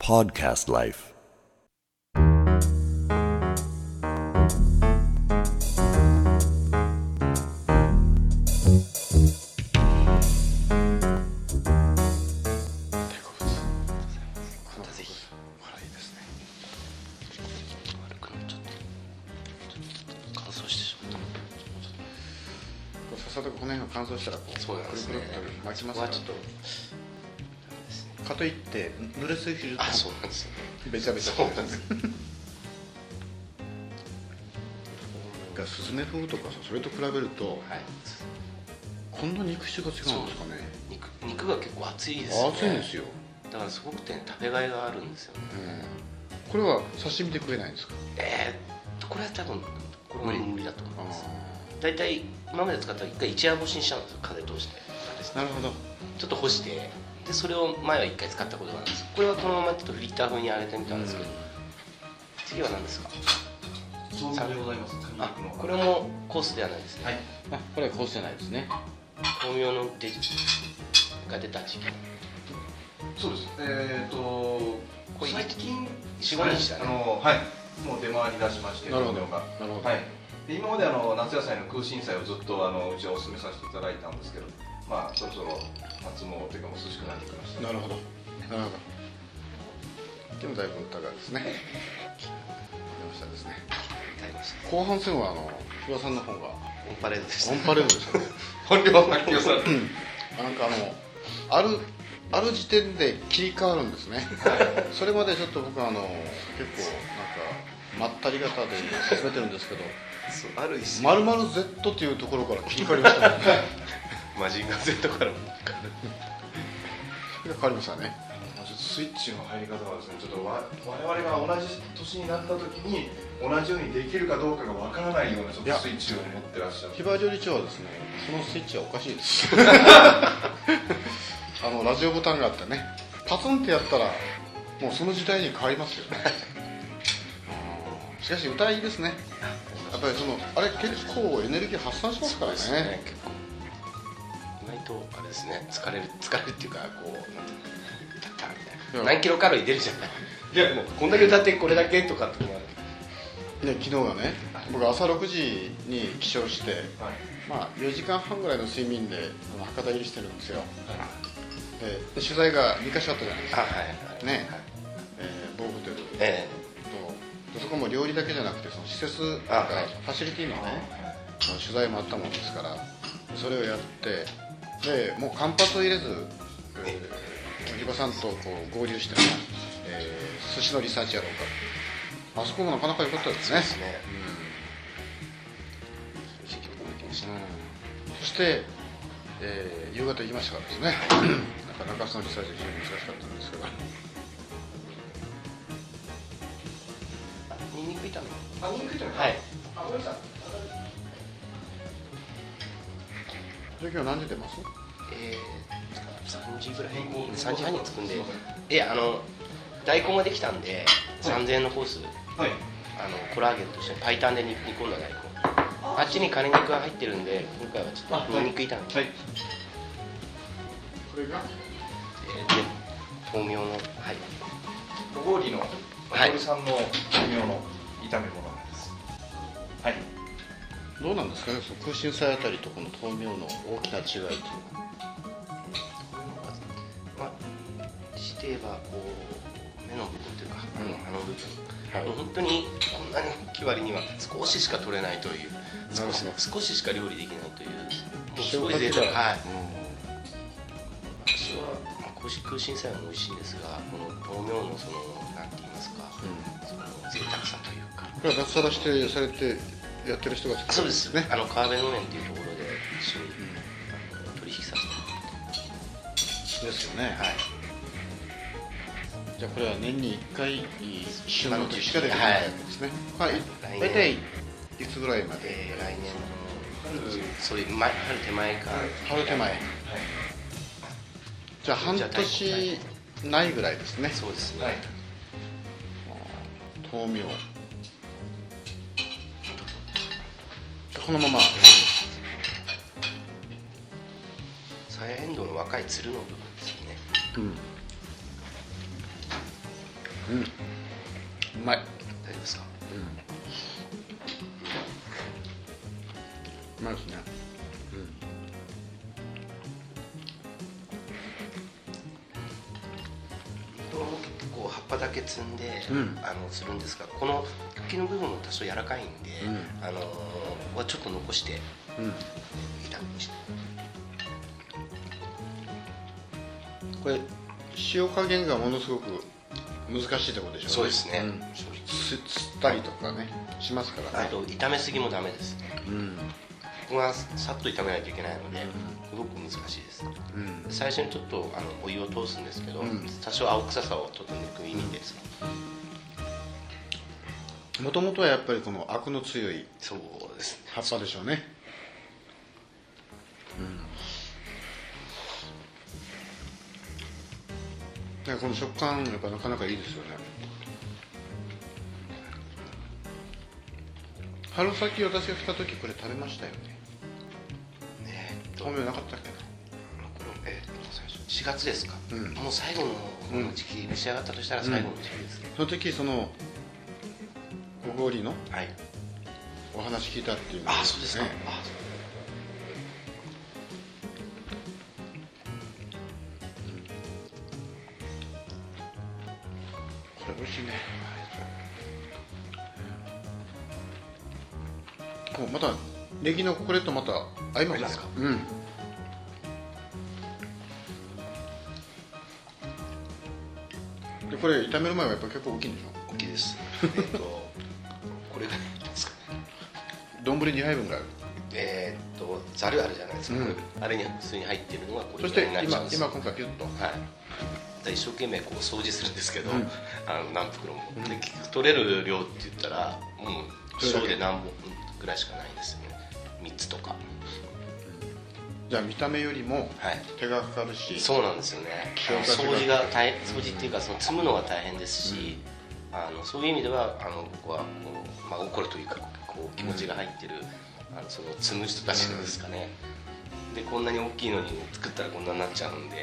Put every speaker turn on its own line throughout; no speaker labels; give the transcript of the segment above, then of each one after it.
Podcast Life
またぜひ悪いですね悪くなっちゃった乾燥してしまっ
こうさっさとこの辺が乾燥したらこう
たそうなんですね
くるくるくる巻きま
ここ
すか
は
ら
ちょっと
かといって濡れすぎると
あそうなんですよね
べちゃべちゃ
そうなんです
がスズメ風とかさそれと比べると
はい
こんな肉質が違うんですかね
肉肉が結構厚いですよね
熱いんですよ、
だからすごくて食べがいがあるんですよね
うんこれは刺身で食えないんですか
えー、これは多分これも無理だと思います
あ
大体今まで使ったら一回一夜干しにしたんですよ風通して
ーなるほど
ちょっと干してでそれを前は一回使ったことがあるんですこれはこのままちょっとフリッター風に揚げてみたんですけど、次は何ですか
調味料でございます。
あ
鶏肉の
これもコースではないですね、
はい。あ、これはこうしてないですね。
豆苗のデジが出た時期
そうです。えっ、ー、と
これ
最近
45日だね
あのはい、もう出回り出しまして、
なるほど
豆苗が
なるほど、
はい。で今まであの夏野菜の空心菜をずっとあのうちはお勧めさせていただいたんですけど、まあそろそろ夏もというかもう涼しくなってきました。
なるほどなるほどでもだいぶ高いですね出ましたですね
買いました
後半戦はあの不破さんの方 が
オンパレードでし
オ
た
ンパレードでしたね
本 領発揮される。
なんかあのあるある時点で切り替わるんですね、それまでちょっと僕はあの結構なんかまったり型で進めてるん ですけど
そうある一
「まるまる Z」っていうところから切り替わりましたね
マジンガー Z からも
変わりましたね
ちょっとスイッチの入り方はですね、ちょっとわ我々が同じ年になった時に同じようにできるかどうかがわからないようなちょっ
い
と
や
スイッチを持ってらっしゃる。
非売料理長はですねそのスイッチはおかしいです あのラジオボタンがあってねパツンってやったらもうその時代に変わりますよねうんしかし歌いいですねやっぱりそのあれ結構エネルギー発散しますから
です
ね
ね結構意外とあれですね疲れる疲れるっていうかこうなんていうのだったみたいな、
うん
何キロカロリー出るじゃないいやもうこんだけ歌ってこれだけとかって
ね、昨日はね僕朝6時に起床して、
はい。
まあ、4時間半ぐらいの睡眠であの博多入りしてるんですよでで取材が2か所あったじゃないです
あ
か、
はい
ね
はい
えー某ホテルと
え
でそこも料理だけじゃなくてその施設と
あ
か
はい
ファシリティのねその取材もあったもんですからそれをやってでもう間髪を入れず、えー、木場さんとこう合流してね、えー寿司のリサーチやろうかあそこもなかなか良かったです
え
ね
ですね正直驚きました
そして、えー夕方行きましたからですね なかなかそのリサーチが非常に難しかったんですけど
あニンニク炒め
あ、肉じゃ
はい
あ、ごめんなさい。
それ今日何時出ます
えー、3時ぐらい3時半に着くんでえあの大根ができたんで3000円のコース
はい。
あのコラーゲンとして白湯で煮込んだ大根あっちにカレー肉が入ってるんで今回はちょっとニンニク炒め、
はい。
それが
えーで豆苗のはい
小氷の
はい
小氷さんの微妙の炒め物なんです。はい。
どうなんですかねその空心菜あたりとこの豆苗の大きな違いっていうのは
まあして言えばこう目の部分というかあのあの部分、
はい
もう本当にこんなに大きい割には少ししか取れないという
なる
少
ほ
し
ど
少ししか料理できないというもうすごい贅沢
塩かけた
はい私は、まあ、空心空心菜も美味しいんですがこの豆苗のそのなんて言いますか、その贅沢さというか
これは脱サラしてされてやってる人が作ってる
そうです
ね
あの川辺農園というところで一緒に、あの取引させて
ですよね
はい
じゃあこれは年に1回旬の時しかでき
は
ない
い
わけですねはい
来年
大体いつぐらいまで
で来年のそういう前春手前か、
春手前じゃあ半
じゃあ
年ないぐらいですね
そうですね、
はい。
豆苗このまま
サヤエンドウの若いつるの部分ですよね
うんうま
大
い、
丈夫ですか
うまいですね
これも結構葉っぱだけ摘んで、
うん
あのするんですがこの茎の部分も多少柔らかいんで、
う
あのはちょっと残して
う
炒めにして
んこれ塩加減がものすごく難しいところでしょ
そうですね、
ん
正直
す吸ったりとかねしますからね、
あと炒めすぎもダメですね
うん
ここはさっと炒めないといけないので、すごく難しいです
うん
最初にちょっとあのお湯を通すんですけど、
うん
多少青臭さをちょっと抜く意味です、
もともとはやっぱりこのアクの強い
そうですね
葉っぱでしょうねうんだからこの食感やっぱなかなかいいですよね春先私が来た時これ食べましたよね
えーっと
食べなかったっけ
これえーっと最初4月ですか、
うん
もう最後のこの時期、召し上がったとしたら最後の時期ですね、
その時その小氷の
はい
お話聞いたっていうのが
ああそうですか、
ね
あ
これ美味しいねこうまたネギのこれとまた合います
合い
ね
ますか
うんでこれ炒める前はやっぱ結構大きいんでしょ
大きいですえーっとこれがいいですか
丼2杯分ぐらいある
えーっとざるあるじゃないですか、
うん
あれに普通に入ってるのがこれ
そして
になっちゃうん
今
です
今今回ピュッと
はい、だから一生懸命こう掃除するんですけど、
うん
あの何袋も、
うん
で結局取れる量って言ったらもう
それだ
小
け
で何本ぐらいしかないですね3つとか
じゃあ見た目よりも
はい
手がかかるし
そうなんですよねあの
消化
掃除が大変掃除っていうかその積むのが大変ですし、あのそういう意味ではあの僕はこう、まあ、怒るというかこう気持ちが入ってる、あのその積む人たちですかね、でこんなに大きいのに作ったらこんなになっちゃうんで
で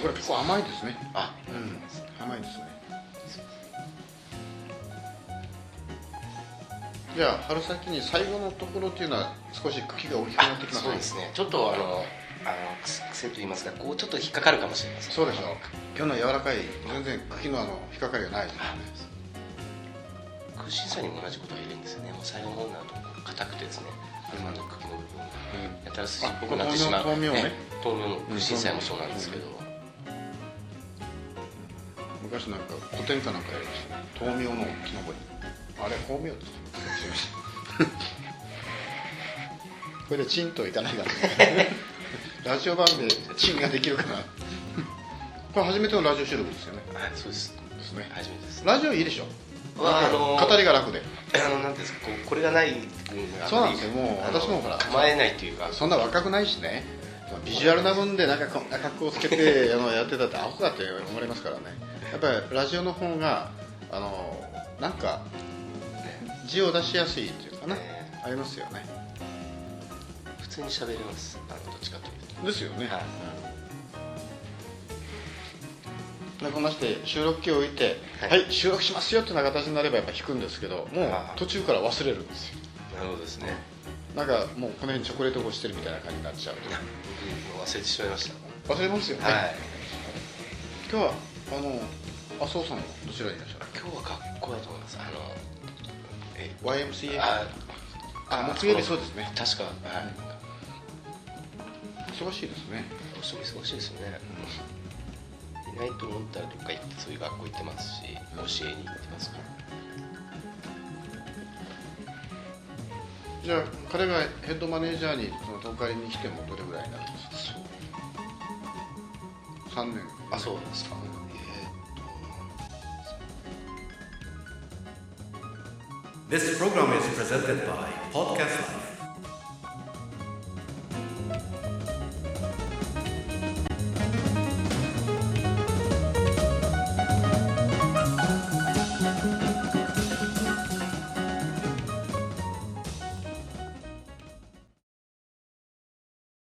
これ結構甘いですね
あ
うん甘いですねじゃあ春先に最後のところっていうのは少し茎が大きくなってきます
そうですねちょっとあのあのくす癖といいますかこうちょっと引っかかるかもしれません
そうでしょ今日の柔らかい全然茎のあの引っかかりがないですね
空心菜にも同じことが言えるんですよねもう最後の方になるとこう硬くてですね今の茎の部分がやたら筋っぽくなってしまう
あ豆苗豆苗ね
豆苗の空心菜もそうなんですけど、
昔なんか古典かなんかやりましたね豆苗の木登りあれ豆苗ですねすいませんこれでチンといかないかな ラジオ版でチンができるかなこれ初めてのラジオ収録ですよね
はいそうです
ですね
初めてです
ラジオいいでしょ
うわ
なんか
あのー
語りが楽で
あのなんていうんですかこうこれがない分が
そうなんですよもう
あの
私もほら
構えないというか
そんな若くないしねビジュアルな分でなんかこんな格好つけ てあのやってたってアホかって思われますからねやっぱりラジオの方があのなんか字を出しやすいっていうかな、
ね
ありますよね
普通に喋れますあのどっちかというと
ですよね、
はい
うんでこんなして収録機を置いて、は
はい
い、収録しますよってな形になればやっぱ弾くんですけど、もう
あー
途中から忘れるんですよ。
なるほどですね
なんかもうこの辺チョコレート越してるみたいな感じになっちゃう。
もう忘れてしまいまし
忘れますよね、
たはい
今日はあの麻生さんはどちらにいらっしゃる
今日は学校だと思いますあのえ
YMCA
あ
あ木曜日そうですね
確かはい
忙しいですね
どうしても忙しいですよね、いないと思ったらどっか行ってそういう学校行ってますし教えに行ってますから
じゃあ彼がヘッドマネージャーにその東海に来てもどれぐらいになるんです
そ
か
う
3年
あそうですかえ
This program is presented by Podcast Life.